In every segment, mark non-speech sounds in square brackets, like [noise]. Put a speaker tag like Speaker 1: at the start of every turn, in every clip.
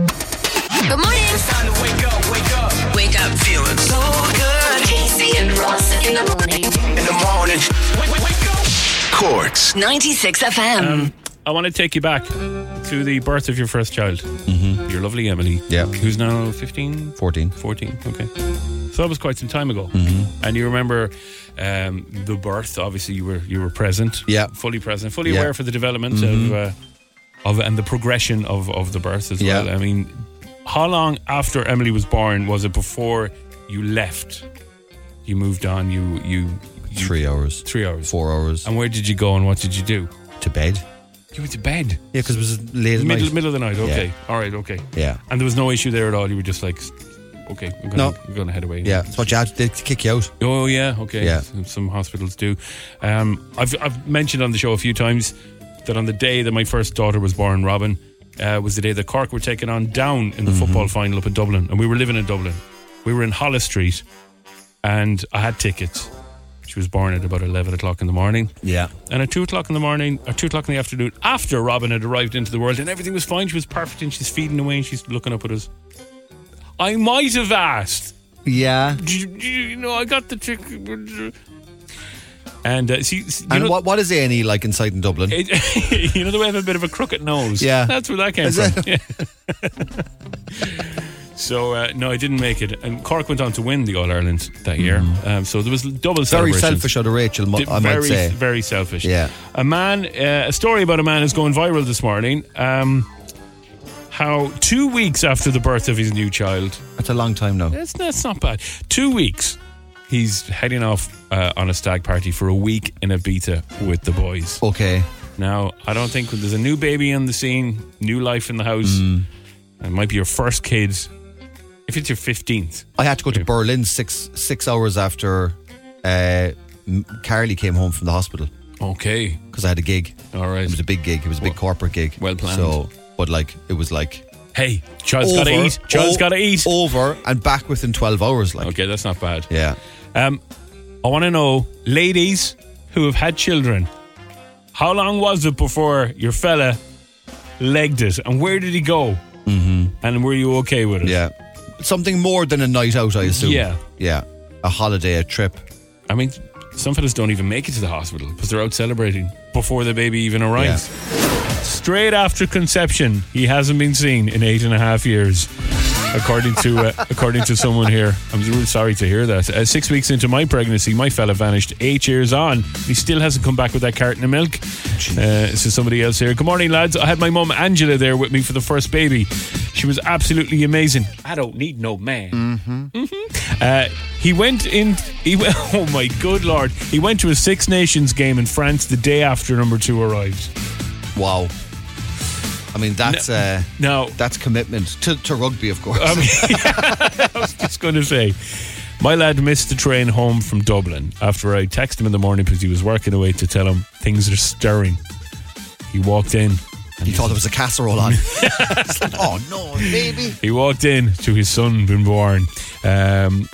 Speaker 1: Good morning. It's time to wake up, wake up. Wake up. Feeling so good. Casey and Ross in the morning. In the morning. Wake, wake, wake up.
Speaker 2: Courts.
Speaker 1: 96 FM.
Speaker 3: I want to take you back to the birth of your first child, mm-hmm. your lovely Emily.
Speaker 4: Yeah.
Speaker 3: Who's now 15?
Speaker 4: 14.
Speaker 3: 14, okay. So that was quite some time ago.
Speaker 4: Mm-hmm.
Speaker 3: And you remember um, the birth, obviously you were you were present.
Speaker 4: Yeah.
Speaker 3: Fully present, fully
Speaker 4: Yeah. Mm-hmm.
Speaker 3: aware for the development of uh, of and the progression of, of the birth as
Speaker 4: Yeah.
Speaker 3: well. I mean, how long after Emily was born was it before you left? You moved on, you you, you
Speaker 4: Three Oh. hours.
Speaker 3: three hours.
Speaker 4: Four hours.
Speaker 3: And where did you go and what did you do?
Speaker 4: to bed.
Speaker 3: You went to bed.
Speaker 4: Yeah, because it was late at
Speaker 3: middle
Speaker 4: night.
Speaker 3: middle of the night. Okay, all right, okay.
Speaker 4: Yeah.
Speaker 3: And there was no issue there at all. You were just like, okay, we're gonna,
Speaker 4: No.
Speaker 3: we're gonna head away.
Speaker 4: Yeah, that's what you had to kick you out.
Speaker 3: Oh yeah, okay.
Speaker 4: Yeah.
Speaker 3: Some, some hospitals do. Um, I've I've mentioned on the show a few times that on the day that my first daughter was born, Robin, uh, was the day that Cork were taken on down in the
Speaker 4: Mm-hmm.
Speaker 3: football final up in Dublin, and we were living in Dublin. We were in Hollis Street, and I had tickets. She was born at about eleven o'clock in the morning.
Speaker 4: Yeah.
Speaker 3: And at two o'clock in the morning, or two o'clock in the afternoon, after Robin had arrived into the world and everything was fine, she was perfect and she's feeding away and she's looking up at us. I might have asked.
Speaker 4: Yeah.
Speaker 3: Do You, do you know, I got the trick. And uh, see, see- you
Speaker 4: and
Speaker 3: know,
Speaker 4: what what is A and E like inside in Dublin?
Speaker 3: it- [laughs] you know the way I have a bit of a crooked nose.
Speaker 4: Yeah.
Speaker 3: that's where that came
Speaker 4: Is
Speaker 3: from. Yeah. [laughs] so uh, no, I didn't make it. And Cork went on to win the All Ireland that year. Um, so there was double
Speaker 4: Mm. Very
Speaker 3: celebrations.
Speaker 4: selfish out of Rachel, mu-
Speaker 3: Di-
Speaker 4: I
Speaker 3: very,
Speaker 4: might say.
Speaker 3: very selfish.
Speaker 4: Yeah.
Speaker 3: A man, uh, a story about a man is going viral this morning. Um, how two weeks after the birth of his new child,
Speaker 4: That's a long time now.
Speaker 3: that's that's not bad. Two weeks, he's heading off uh, on a stag party for a week in Ibiza with the boys.
Speaker 4: Okay.
Speaker 3: Now, I don't think there's a new baby in the scene, new life in the house. It might be your first kid. If it's your fifteenth,
Speaker 4: I had to go to Berlin six six hours after uh, M- Carly came home from the hospital
Speaker 3: okay,
Speaker 4: because I had a gig.
Speaker 3: all
Speaker 4: It
Speaker 3: right.
Speaker 4: was a big gig. It was a big corporate gig.
Speaker 3: well planned.
Speaker 4: So, but like it was like
Speaker 3: Hey, child's got to
Speaker 4: over-
Speaker 3: eat. Child's
Speaker 4: o-
Speaker 3: got to eat.
Speaker 4: over and back within twelve hours. Like
Speaker 3: Okay, that's not bad.
Speaker 4: yeah,
Speaker 3: Um, I want to know, ladies who have had children, how long was it before your fella legged it, and where did he go? Mm-hmm. And were you okay with it?
Speaker 4: yeah, something more than a night out, I assume.
Speaker 3: Yeah.
Speaker 4: yeah, a holiday, a trip.
Speaker 3: I mean, some fellas don't even make it to the hospital because they're out celebrating before the baby even arrives. Straight after conception, he hasn't been seen in eight and a half years, according to uh, according to someone here. I'm really sorry to hear that. Uh, six weeks into my pregnancy, my fella vanished eight years on. He still hasn't come back with that carton of milk. Uh, this is somebody else here. Good morning, lads. I had my mum Angela there with me for the first baby. She was absolutely amazing. I don't need no man. Uh, he went in. He [laughs] went, oh my good lord! He went to a Six Nations game in France the day after number two arrived.
Speaker 4: Wow. I mean that's uh,
Speaker 3: Now, [laughs]
Speaker 4: that's commitment to, to rugby, of course.
Speaker 3: Um, just going to say, my lad missed the train home from Dublin after I texted him in the morning because he was working away to tell him things are stirring. He walked in.
Speaker 4: you thought there was a casserole
Speaker 3: [laughs]
Speaker 4: on. It's like, oh no, baby.
Speaker 3: He walked in to his son being born. Um,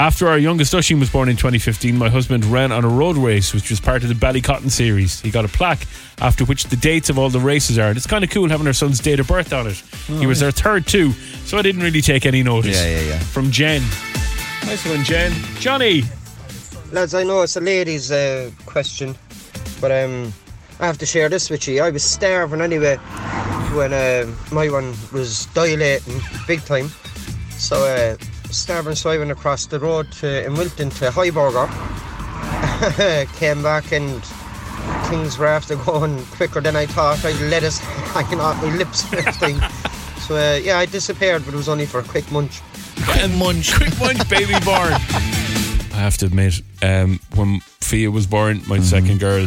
Speaker 3: after our youngest Ushin was born in 2015, my husband ran on a road race, which was part of the Ballycotton series. He got a plaque, after which the dates of all the races are. And it's kind of cool having our son's date of birth on it. he was our third too, so I didn't really take any notice.
Speaker 4: Yeah, yeah, yeah.
Speaker 3: From Jen. Nice one, Jen. Johnny.
Speaker 5: Lads, I know it's a ladies' uh, question, but um, I have to share this with you. I was starving anyway when uh, my one was dilating big time. So, uh, starving, so I went across the road to, in Wilton to Highburger. [laughs] Came back and things were after going quicker than I thought. I had [laughs] lettuce hanging off my lips first thing. So, uh, yeah, I disappeared, but it was only for a quick munch.
Speaker 4: Quick munch.
Speaker 3: Quick munch, baby born. I have to admit, um, when Fia was born, my second girl,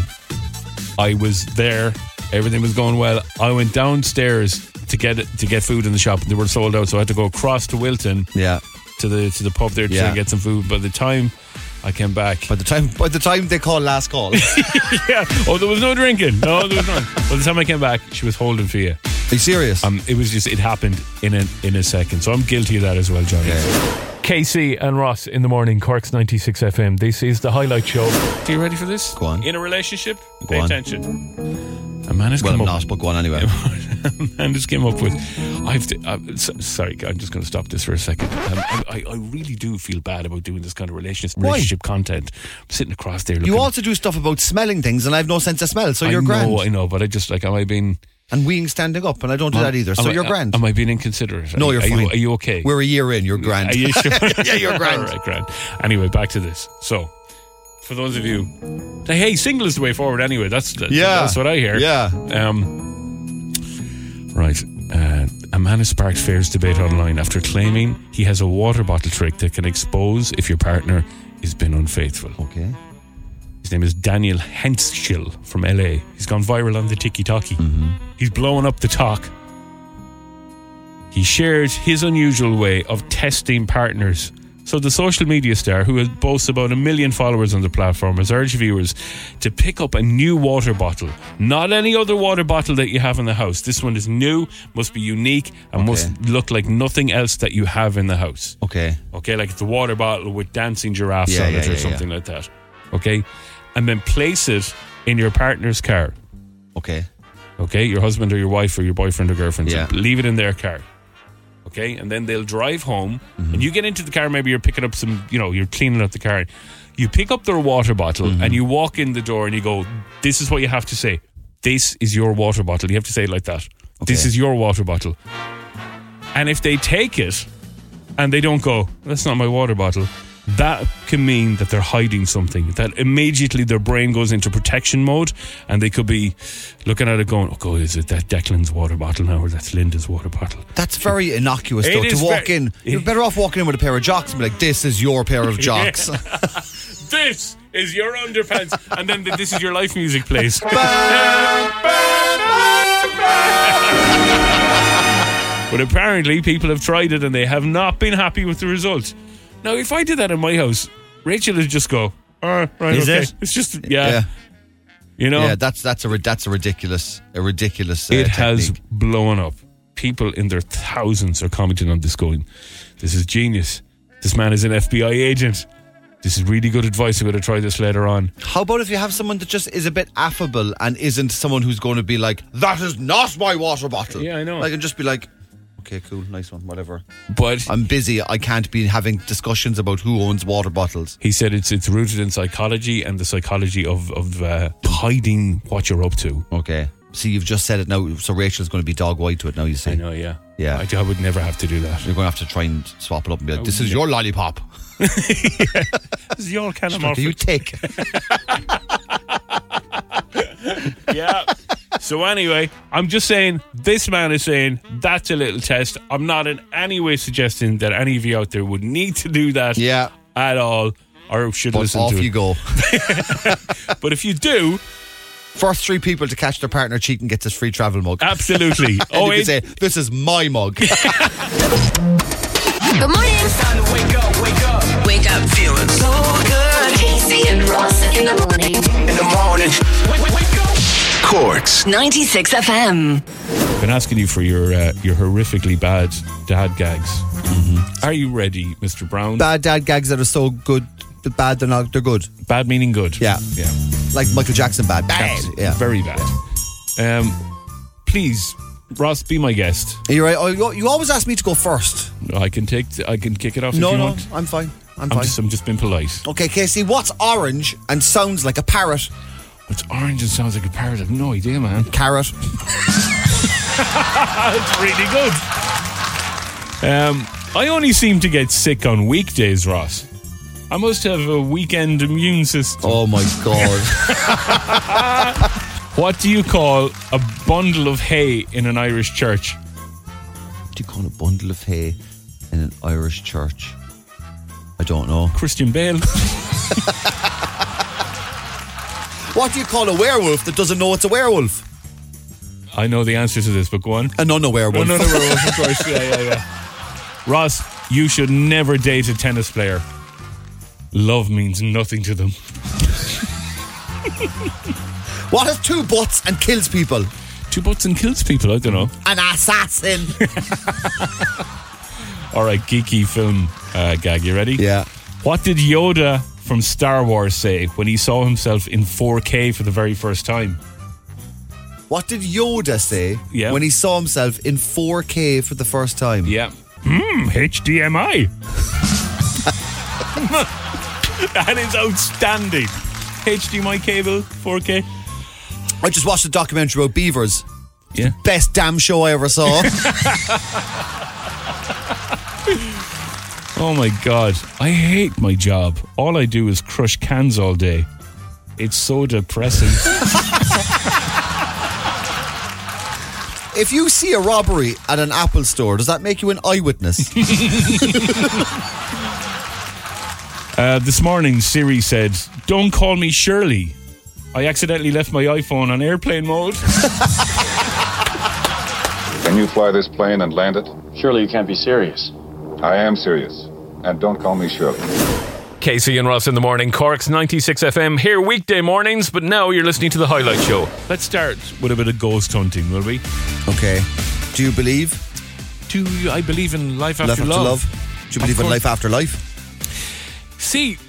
Speaker 3: I was there. Everything was going well. I went downstairs to get to get food in the shop, and they were sold out. So I had to go across to Wilton
Speaker 4: Yeah.
Speaker 3: to the to the pub there to
Speaker 4: Yeah.
Speaker 3: get some food. By the time I came back,
Speaker 4: By the time by the time they call last call, are
Speaker 3: [laughs] yeah, oh, there was no drinking. No, there was none. By the time I came back, she was holding Fia.
Speaker 4: you serious?
Speaker 3: Um, it was just it happened in a in a second. So I'm guilty of that as well, Johnny. KC and Ross in the morning, Cork's 96 FM. This is the highlight show. Are you ready for this?
Speaker 4: Go on.
Speaker 3: In a relationship,
Speaker 4: Go
Speaker 3: pay
Speaker 4: on.
Speaker 3: attention. A man has
Speaker 4: well,
Speaker 3: [laughs]
Speaker 4: I'm
Speaker 3: come up.
Speaker 4: not, but go on anyway.
Speaker 3: Hernandez came up with. I've to, uh, s- sorry, I'm just going to stop this for a second. Um, I, I I really do feel bad about doing this kind of relationship,
Speaker 4: Why?
Speaker 3: relationship content. I'm sitting across there. Looking
Speaker 4: You also do stuff about smelling things, and I have no sense of smell, so
Speaker 3: I
Speaker 4: you're
Speaker 3: know,
Speaker 4: grand.
Speaker 3: I know, but I just like, am I being?
Speaker 4: and weeing standing up, and I don't do that either,
Speaker 3: am
Speaker 4: so
Speaker 3: I-
Speaker 4: you're grand.
Speaker 3: Am I being inconsiderate?
Speaker 4: no,
Speaker 3: Are-
Speaker 4: you're
Speaker 3: are
Speaker 4: fine.
Speaker 3: You, are you okay?
Speaker 4: We're a year in. You're grand.
Speaker 3: Are
Speaker 4: [laughs]
Speaker 3: you sure?
Speaker 4: yeah, you're grand.
Speaker 3: All right, grand. Anyway, back to this. So, for those of you, say, hey, single is the way forward. Anyway, that's that-
Speaker 4: Yeah.
Speaker 3: that's what I hear.
Speaker 4: Yeah.
Speaker 3: Um, right. Uh, a man has sparked fierce debate online after claiming he has a water bottle trick that can expose if your partner has been unfaithful.
Speaker 4: Okay.
Speaker 3: His name is Daniel Henschel from LA. He's gone viral on the Tiki Talkie. He's blowing up the talk. He shared his unusual way of testing partners. So the social media star, who boasts about a million followers on the platform, has urged viewers to pick up a new water bottle. Not any other water bottle that you have in the house. This one is new, must be unique, and must look like nothing else that you have in the house.
Speaker 4: Okay.
Speaker 3: Okay, like it's a water bottle with dancing giraffes
Speaker 4: Yeah,
Speaker 3: on it
Speaker 4: yeah,
Speaker 3: or
Speaker 4: yeah,
Speaker 3: something like that. Okay, and then place it in your partner's car.
Speaker 4: Okay.
Speaker 3: Okay, your husband or your wife or your boyfriend or girlfriend. So
Speaker 4: Yeah.
Speaker 3: leave it in their car. Okay, and then they'll drive home, and you get into the car. Maybe you're picking up some, you know, you're cleaning up the car. You pick up their water bottle and you walk in the door and you go, "This is what you have to say. This is your water bottle. You have to say it like that. This
Speaker 4: Okay.
Speaker 3: is your water bottle." And if they take it and they don't go, that's not my water bottle, that can mean that they're hiding something. That immediately their brain goes into protection mode and they could be looking at it going, oh, God, is it that Declan's water bottle now or that's Linda's water bottle?
Speaker 4: That's very innocuous,
Speaker 3: It
Speaker 4: though, to
Speaker 3: is
Speaker 4: walk
Speaker 3: very-
Speaker 4: in.
Speaker 3: [laughs]
Speaker 4: You're better off walking in with a pair of jocks and be like, this is your pair of jocks.
Speaker 3: This is your underpants. and then the, this is your life music plays. But apparently, people have tried it and they have not been happy with the result. Now, if I did that in my house, Rachel would just go, "Oh, right,
Speaker 2: Is
Speaker 3: okay.
Speaker 2: it?
Speaker 3: It's just, yeah,
Speaker 4: [laughs] yeah.
Speaker 3: you know,
Speaker 4: Yeah, that's that's a ri- that's a ridiculous a ridiculous uh,
Speaker 3: it has
Speaker 4: technique.
Speaker 3: blown up. People in their thousands are commenting on this, going, "This is genius. This man is an FBI agent. This is really good advice. I'm going to try this later on."
Speaker 4: How about if you have someone that just is a bit affable and isn't someone who's going to be like, "That is not my water bottle."
Speaker 3: Yeah, I know.
Speaker 4: Like, and just be like, "Okay, cool, nice one, whatever."
Speaker 3: But
Speaker 4: I'm busy. I can't be having discussions about who owns water bottles.
Speaker 3: he said it's it's rooted in psychology and the psychology of of uh, hiding what you're up to.
Speaker 4: Okay. See, you've just said it now. So Rachel's going to be dog white to it now. You see,
Speaker 3: I know, yeah,
Speaker 4: Yeah.
Speaker 3: I, I would never have to do that.
Speaker 4: you're going to have to try and swap it up and be like, "This is your lollipop.
Speaker 3: [laughs] This is your kind of
Speaker 4: Do
Speaker 3: [laughs]
Speaker 4: you take?"
Speaker 3: yeah. So anyway, I'm just saying this man is saying that's a little test. I'm not in any way suggesting that any of you out there would need to do that.
Speaker 4: Yeah.
Speaker 3: At all, or should
Speaker 4: But
Speaker 3: listen
Speaker 4: off
Speaker 3: to it.
Speaker 4: you
Speaker 2: [laughs]
Speaker 4: go.
Speaker 3: But if you do,
Speaker 4: First three people to catch their partner cheating gets this free travel mug.
Speaker 3: absolutely.
Speaker 4: [laughs] And
Speaker 3: Uh, oh,
Speaker 4: you can say, "This is my mug."
Speaker 3: [laughs]
Speaker 1: Good morning. It's time to wake up, wake up. Wake up feeling so good. Casey and Ross in the morning. In the morning. Wake, wake, wake up.
Speaker 6: Corks
Speaker 7: 96 FM.
Speaker 3: I've been asking you for your uh, your horrifically bad dad gags.
Speaker 4: Mm-hmm.
Speaker 3: Are you ready, Mr. Brown?
Speaker 2: Bad dad gags that are so good, but bad they're not. They're good.
Speaker 3: Bad meaning good.
Speaker 2: Yeah.
Speaker 3: Yeah.
Speaker 2: Like Michael Jackson bad. Bad.
Speaker 3: Abs-
Speaker 2: Yeah.
Speaker 3: Very bad. Um, please, Ross, be my guest.
Speaker 2: Are you right? Oh, you, you always ask me to go first.
Speaker 3: I can take. I can kick it off. if
Speaker 2: No,
Speaker 3: you
Speaker 2: no,
Speaker 3: want.
Speaker 2: I'm fine. I'm
Speaker 3: I'm
Speaker 2: fine.
Speaker 3: just, I'm just being polite.
Speaker 2: Okay, Casey, what's orange and sounds like a parrot?
Speaker 3: It's orange and sounds like a parrot. I've no idea, man.
Speaker 2: Carrot.
Speaker 3: That's really good. Um, I only seem to get sick on weekdays, Ross. I must have a weekend immune system.
Speaker 4: oh my
Speaker 2: [laughs]
Speaker 4: god!
Speaker 3: What do you call a bundle of hay in an Irish church?
Speaker 4: Do you call a bundle of hay in an Irish church? I don't know.
Speaker 3: Christian Bale.
Speaker 2: What do you call a werewolf that doesn't know it's a werewolf?
Speaker 3: I know the answer to this, but go on.
Speaker 2: A non werewolf.
Speaker 3: Oh, no, no, no, Ross, of course. Yeah, yeah, yeah. Ross, you should never date a tennis player. Love means nothing to them.
Speaker 2: What has two butts and kills people?
Speaker 3: Two butts and kills people. I don't know.
Speaker 2: An
Speaker 4: [laughs]
Speaker 2: assassin.
Speaker 3: All right, geeky film uh, gag. You ready?
Speaker 2: yeah.
Speaker 3: What did Yoda from Star Wars say when he saw himself in 4K for the very first time?
Speaker 4: What did Yoda say
Speaker 3: Yeah.
Speaker 4: when he saw himself in 4K for the first time?
Speaker 3: Yeah. Hmm, [laughs] HDMI. that is outstanding. HDMI cable, 4K.
Speaker 4: I just watched a documentary about beavers.
Speaker 3: Yeah.
Speaker 4: Best damn show I ever
Speaker 3: [laughs]
Speaker 4: saw.
Speaker 3: Oh my god. I hate my job. All I do is crush cans all day. It's so depressing.
Speaker 8: [laughs]
Speaker 4: if you see a robbery at an Apple store, does that make you an
Speaker 3: [laughs]
Speaker 4: eyewitness?
Speaker 3: Uh, this morning, Siri said, Don't call me Shirley. I accidentally left my iPhone on airplane mode.
Speaker 6: Can you fly this plane and land it?
Speaker 7: Surely you can't be serious.
Speaker 6: I am serious. And don't call me Shirley.
Speaker 8: [laughs] Casey and Ross in the morning, Cork's 96 FM, here weekday mornings, but now you're listening to The Highlight Show.
Speaker 3: Let's start with a bit of ghost hunting, will we?
Speaker 4: okay. Do you believe
Speaker 3: Do you- I believe in life
Speaker 4: life
Speaker 3: after
Speaker 4: after
Speaker 3: love?
Speaker 4: love? Do you believe in
Speaker 3: course.
Speaker 4: life after life?
Speaker 3: See,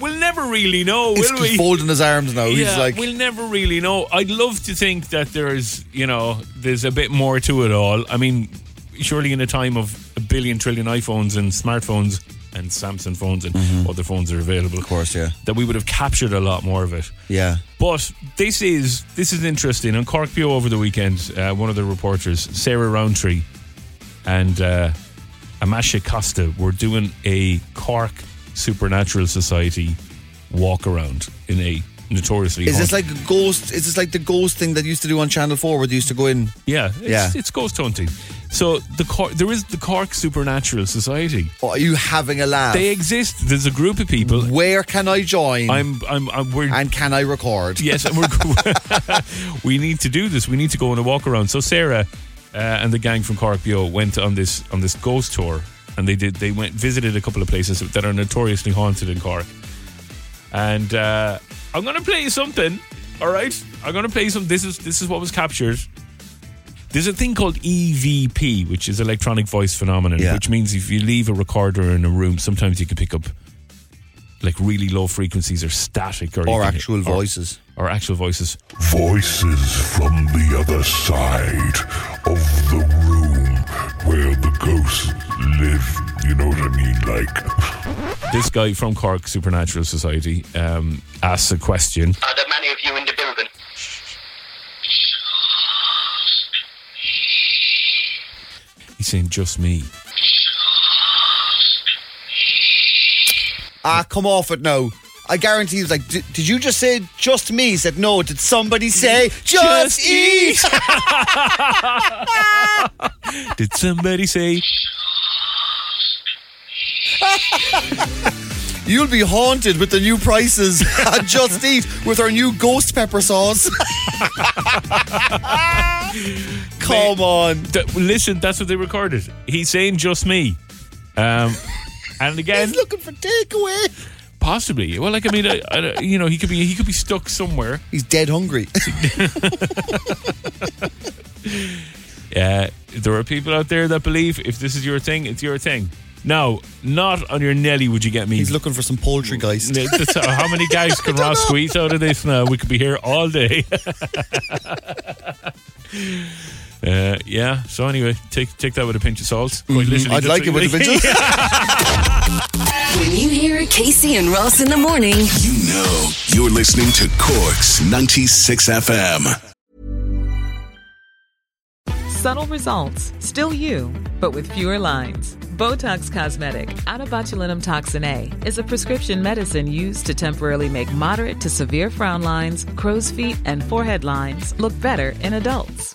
Speaker 3: we'll never really know,
Speaker 4: He's-
Speaker 3: will
Speaker 4: he's
Speaker 3: we?
Speaker 4: folding his arms now.
Speaker 3: Yeah,
Speaker 4: he's like,
Speaker 3: we'll never really know. I'd love to think that there's, you know, there's a bit more to it all. I mean, surely in a time of a billion trillion iPhones and smartphones and Samsung phones and
Speaker 4: Mm-hmm.
Speaker 3: other phones are available,
Speaker 4: of course, yeah.
Speaker 3: that we would have captured a lot more of it.
Speaker 4: Yeah.
Speaker 3: But this is this is interesting. On Cork Bio over the weekend, uh, one of the reporters, Sarah Roundtree, and uh, Amasha Costa were doing a Cork Supernatural Society walk around in a notoriously
Speaker 4: Is this
Speaker 3: haunted-
Speaker 4: like a ghost? Is this like the ghost thing that used to do on Channel 4 where they used to go in?
Speaker 3: yeah it's,
Speaker 4: Yeah.
Speaker 3: it's ghost hunting. So the Cork, there is the Cork Supernatural Society.
Speaker 4: Oh, are you having a laugh?
Speaker 3: They exist. There's a group of people.
Speaker 4: Where can I join?
Speaker 3: I'm I'm, I'm we're
Speaker 4: and can I record?
Speaker 3: Yes, and we're, [laughs] we need to do this. We need to go on a walk around. So Sarah uh, and the gang from Cork Bio went on this on this ghost tour, and they did. They went visited a couple of places that are notoriously haunted in Cork. And uh, I'm gonna play you something. All right, I'm gonna play some. This is this is what was captured. There's a thing called EVP, which is electronic voice phenomenon,
Speaker 4: Yeah.
Speaker 3: which means if you leave a recorder in a room, sometimes you can pick up like really low frequencies or static or you
Speaker 4: Or
Speaker 3: can-
Speaker 4: actual voices.
Speaker 3: or actual voices.
Speaker 9: Voices from the other side of the room where the ghosts live. You know what I mean? Like,
Speaker 3: This guy from Cork Supernatural Society um, asks a question.
Speaker 1: Are there many of you in the building?
Speaker 3: He's saying, "Just me."
Speaker 4: Ah, come off it now. I guarantee he's like, "Did- did you just say just me? He said, no. Did somebody say just,
Speaker 3: Just
Speaker 4: eat?
Speaker 3: Did somebody say?
Speaker 4: [laughs] You'll be haunted with the new prices [laughs] at Just Eat with our new ghost pepper sauce. [laughs] come on.
Speaker 3: Th- listen, that's what they recorded. He's saying, "Just me." Um, and again,
Speaker 4: He's looking for takeaway.
Speaker 3: possibly. Well, like I mean, I, I, don't- you know, he could be he could be stuck somewhere.
Speaker 4: He's dead hungry.
Speaker 3: Uh, there are people out there that believe if this is your thing, it's your thing. Now, not on your Nelly would you get me.
Speaker 4: [laughs] He's looking for some
Speaker 3: Mm.
Speaker 4: poultry, guys.
Speaker 3: That's- How many
Speaker 4: [laughs]
Speaker 3: guys can Ross squeeze out of this now? We could be here all day. [laughs] Uh, yeah. So anyway, take take that with a pinch of salt. Quite literally,
Speaker 4: Mm-hmm. I'd
Speaker 3: that's
Speaker 4: like it
Speaker 3: what
Speaker 4: with a
Speaker 3: you-
Speaker 4: vengeance. [laughs]
Speaker 10: When you hear Casey and Ross in the morning,
Speaker 9: you know, you're listening to Corks 96 FM.
Speaker 11: Subtle results, still you, but with fewer lines. Botox Cosmetic, out of botulinum toxin A, is a prescription medicine used to temporarily make moderate to severe frown lines, crow's feet, and forehead lines look better in adults.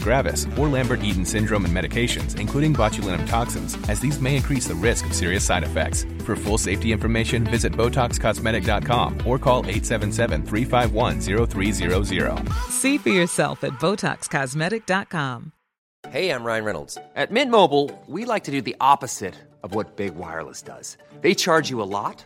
Speaker 7: gravis, or Lambert Eaton syndrome and medications, including botulinum toxins, as these may increase the risk of serious side effects. For full safety information, visit BotoxCosmetic.com or call 877 351 0300.
Speaker 11: See for yourself at BotoxCosmetic.com.
Speaker 12: Hey, I'm Ryan Reynolds. At Mint Mobile, we like to do the opposite of what Big Wireless does. They charge you a lot,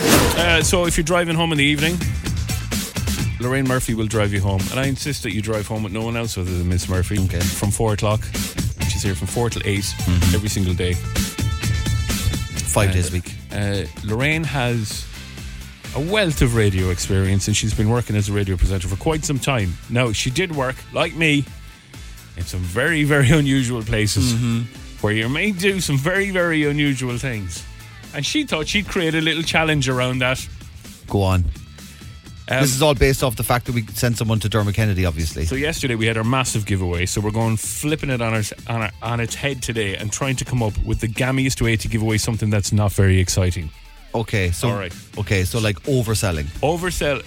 Speaker 3: Uh, so if you're driving home in the evening, Lorraine Murphy will drive you home, and I insist that you drive home with no one else other than Miss Murphy. Okay. From four o'clock, she's here from four till 8
Speaker 4: Mm-hmm.
Speaker 3: every single day, five days a week. Uh, Lorraine has a wealth of radio experience, and she's been working as a radio presenter for quite some time. Now she did work like me in some very very [laughs] unusual places
Speaker 4: Mm-hmm.
Speaker 3: where you may do some very very unusual things, and she thought she'd create a little challenge around that. Um,
Speaker 4: Go on. this is all based off the fact that we sent someone to Dermot Kennedy, obviously.
Speaker 3: So yesterday we had our massive giveaway, so we're going flipping it on our, on, our, on its head today and trying to come up with the gammiest way to give away something that's not very exciting.
Speaker 4: Okay, so
Speaker 3: All right.
Speaker 4: okay, so like overselling.
Speaker 3: Oversell,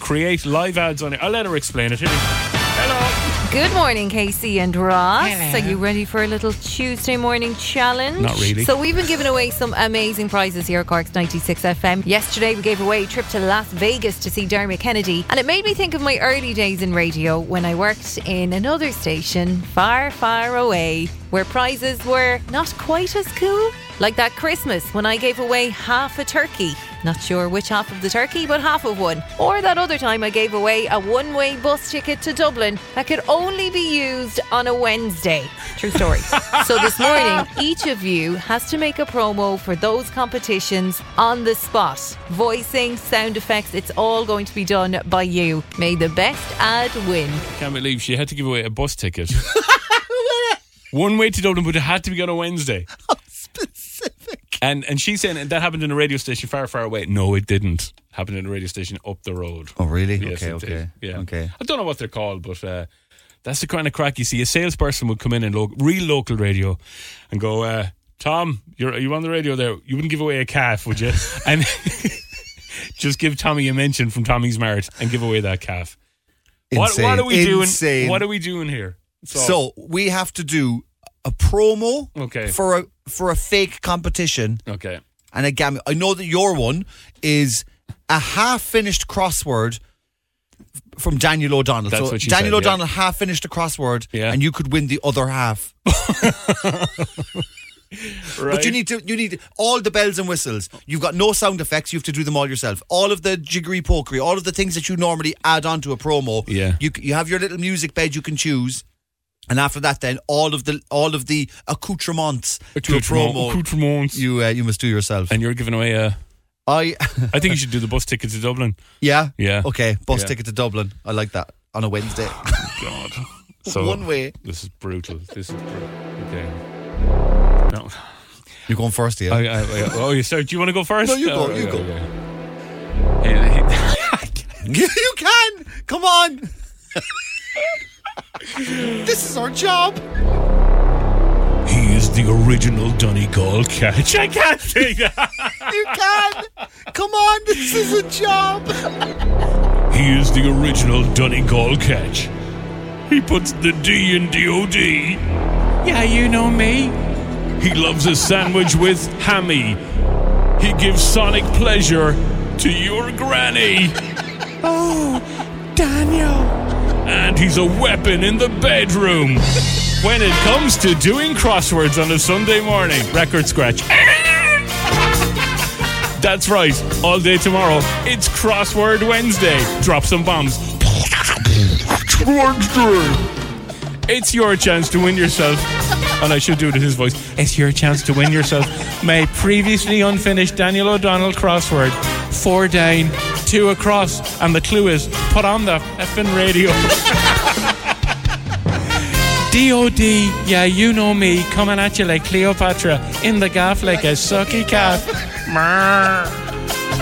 Speaker 3: create live ads on it. I'll let her explain it. Here we go.
Speaker 13: Good morning, Casey and Ross. Are you ready for a little Tuesday morning challenge?
Speaker 3: Not really.
Speaker 13: So we've been giving away some amazing prizes here at Cork's 96 FM. Yesterday, we gave away a trip to Las Vegas to see Dermot Kennedy, and it made me think of my early days in radio when I worked in another station far, far away, where prizes were not quite as cool. Like that Christmas when I gave away half a turkey. Not sure which half of the turkey, but half of one. Or that other time I gave away a one way bus ticket to Dublin that could only be used on a Wednesday. True story. so this morning, each of you has to make a promo for those competitions on the spot. Voicing, sound effects, it's all going to be done by you. May the best ad win.
Speaker 3: Can't believe she had to give away a bus ticket. One way to Dublin, but it had to be on a Wednesday. specific. And and she's saying that happened in a radio station far, far away. No, it didn't. Happened in a radio station up the road.
Speaker 4: Oh, really?
Speaker 3: Yes,
Speaker 4: okay,
Speaker 3: it
Speaker 4: okay,
Speaker 3: did. Yeah.
Speaker 4: okay.
Speaker 3: I don't know what they're called, but uh, that's the kind of crack you see. A salesperson would come in and lo- real local radio and go, uh, Tom, you're you on the radio there. You wouldn't give away a calf, would
Speaker 4: [laughs]
Speaker 3: you? and [laughs] just give Tommy a mention from Tommy's Mart and give away that calf. What, what
Speaker 4: Insane,
Speaker 3: are we
Speaker 4: insane.
Speaker 3: doing? What are we doing here?
Speaker 4: So, we have to do a promo
Speaker 3: Okay.
Speaker 4: for a for a fake competition.
Speaker 3: Okay.
Speaker 4: And a gam I know that your one is a half finished crossword f- from Daniel O'Donnell.
Speaker 3: That's
Speaker 4: so
Speaker 3: what she
Speaker 4: Daniel
Speaker 3: said, yeah.
Speaker 4: O'Donnell half finished a crossword and you could win the other half. But you need to you need all the bells and whistles. You've got no sound effects. You have to do them all yourself. All of the jiggery pokery, all of the things that you normally add on to a promo.
Speaker 3: Yeah.
Speaker 4: You c- you have your little music bed you can choose. And after that, then all of the all of the accoutrements to a
Speaker 3: Accoutrement-
Speaker 4: promo,
Speaker 3: accoutrements.
Speaker 4: you uh, you must do yourself.
Speaker 3: And you're giving away a.
Speaker 4: I. [laughs]
Speaker 3: I think you should do the bus ticket to Dublin.
Speaker 4: Yeah.
Speaker 3: Yeah.
Speaker 4: Okay. Bus
Speaker 3: Yeah.
Speaker 4: ticket to Dublin. I like that on a Wednesday.
Speaker 3: God.
Speaker 4: [laughs] One way.
Speaker 3: This is brutal. This is brutal. Okay. No.
Speaker 4: You're going first here.
Speaker 3: I, I, I, oh, you start. Do you want to go first?
Speaker 4: No, you go,
Speaker 3: Oh,
Speaker 4: you
Speaker 3: okay,
Speaker 4: go.
Speaker 3: okay. Hey,
Speaker 4: [laughs] you can. Come on. [laughs] this is our job.
Speaker 3: He [laughs] is the original Donegal catch. I can't say that.
Speaker 4: You can. Come on. This is a job.
Speaker 3: He is the original Donegal catch. He puts the D in DOD. Yeah, you know me. He loves a sandwich with hammy. He gives sonic pleasure to your granny. [laughs] oh, Daniel. And he's a weapon in the bedroom. When it comes to doing crosswords on a Sunday morning, record scratch. That's right. All day tomorrow, it's Crossword Wednesday. Drop some bombs. It's your chance to win yourself. And I should do it in his voice. It's your chance to win yourself my previously unfinished Daniel O'Donnell crossword. Four down, two across, and the clue is put on the effing radio. DOD, yeah, you know me, coming at you like Cleopatra, in the gaff like a sucky cat.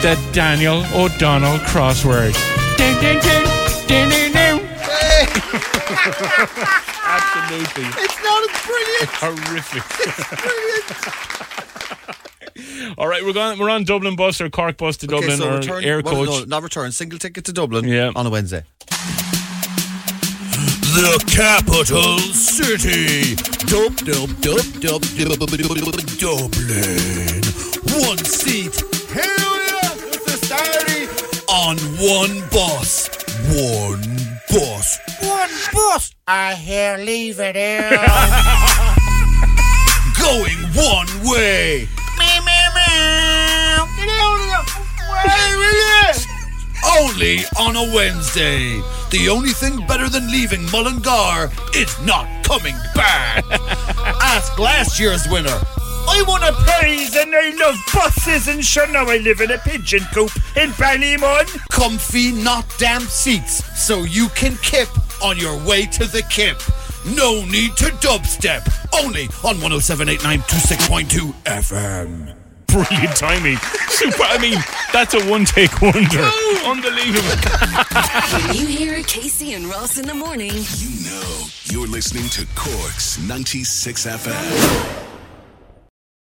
Speaker 3: the Daniel O'Donnell crossword. Ding, ding, ding, ding, ding, ding. [laughs] Absolutely.
Speaker 14: It's not as brilliant.
Speaker 4: [laughs]
Speaker 3: Horrific. [laughs] All right, we're going. We're on Dublin bus or Cork bus to Dublin
Speaker 15: so
Speaker 3: or
Speaker 15: return-
Speaker 3: air
Speaker 15: well,
Speaker 3: coach.
Speaker 15: no, not return. Single ticket to Dublin
Speaker 3: Yeah.
Speaker 15: on a Wednesday.
Speaker 4: The capital city. Dub, dub, dub, dub, dub, dub, dub, dub, dub, Dublin. One seat. Here we are, society. On one bus. One bus.
Speaker 14: One bus. I hear leave it here.
Speaker 4: [laughs] Going one way.
Speaker 14: meow, meow, meow. Get out of the
Speaker 4: Only on a Wednesday. The only thing better than leaving Mullingar is not coming
Speaker 14: [laughs]
Speaker 4: back. Ask last year's winner.
Speaker 14: I want a praise and I love buses and sure now I live in a pigeon coop in Ballymun.
Speaker 4: Comfy, not damp seats, so you can kip on your way to the kip. No need to dubstep. Only on 1078926.2 FM.
Speaker 3: Brilliant timing. Super. I mean, that's a one take wonder. Unbelievable.
Speaker 16: When you hear Casey and Ross in the morning,
Speaker 1: You're listening to Corks 96 FM.